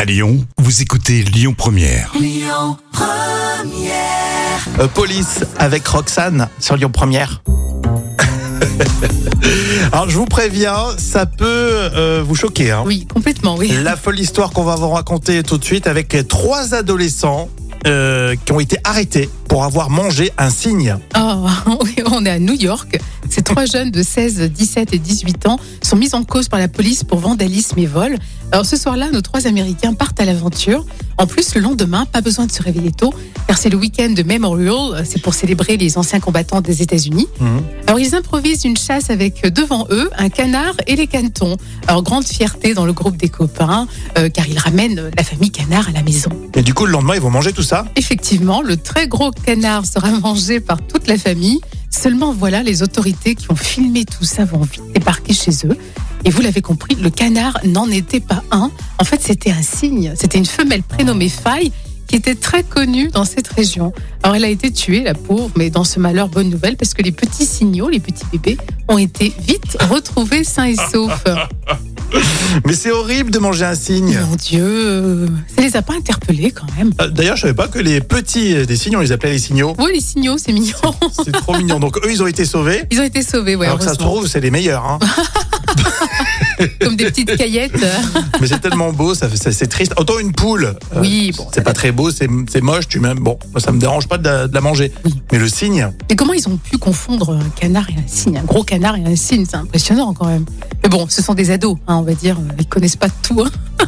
À Lyon, vous écoutez Lyon Première. Euh, Police avec Roxane sur Lyon Première. Alors je vous préviens, ça peut euh, vous choquer. hein. Oui, complètement, oui. La folle histoire qu'on va vous raconter tout de suite avec trois adolescents euh, qui ont été arrêtés pour avoir mangé un cygne. Oh, oui, on est à New York. Ces trois jeunes de 16, 17 et 18 ans sont mis en cause par la police pour vandalisme et vol. Alors ce soir-là, nos trois Américains partent à l'aventure. En plus, le lendemain, pas besoin de se réveiller tôt, car c'est le week-end de Memorial, c'est pour célébrer les anciens combattants des États-Unis. Mhm. Alors ils improvisent une chasse avec euh, devant eux un canard et les canetons. Alors grande fierté dans le groupe des copains, euh, car ils ramènent euh, la famille canard à la maison. Et du coup le lendemain ils vont manger tout ça. Effectivement, le très gros canard sera mangé par toute la famille. Seulement voilà, les autorités qui ont filmé tout ça vont vite débarquer chez eux. Et vous l'avez compris, le canard n'en était pas un. En fait, c'était un signe. C'était une femelle prénommée Faille qui était très connue dans cette région. Alors elle a été tuée, la pauvre, mais dans ce malheur, bonne nouvelle, parce que les petits signaux, les petits bébés, ont été vite retrouvés sains et saufs. Mais c'est horrible de manger un cygne. Mon Dieu, euh, ça les a pas interpellés quand même. Euh, D'ailleurs je savais pas que les petits euh, des cygnes on les appelait les signaux. Oui, les signaux, c'est mignon. C'est trop mignon. Donc eux ils ont été sauvés. Ils ont été sauvés, ouais, alors que ça se heureusement. trouve c'est les meilleurs. hein. comme des petites caillettes. Mais c'est tellement beau, ça, fait- ça- c'est triste. Autant une poule, euh, Oui, bon. c'est pas très beau, c'est c'est moche, tu m'aimes. Bon, moi, ça me dérange pas de la, de la manger. Oui. Mais le cygne, Mais comment ils ont pu confondre un canard et un cygne Un gros canard et un cygne, c'est impressionnant quand même. Mais bon, ce sont des ados, hein, on va dire, ils connaissent pas tout. hein.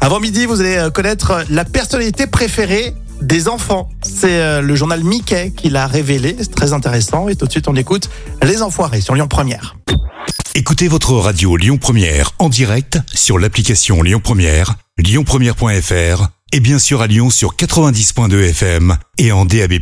avant midi, vous allez euh, connaître la personnalité préférée des enfants. C'est euh, le journal Mickey qui l'a révélé, c'est très intéressant. Et tout de suite, on écoute Les Enfoirés sur Lyon Première. Écoutez votre radio Lyon Première en direct sur l'application Lyon Première, lyonpremière.fr et bien sûr à Lyon sur 90.2 FM et en DAB+.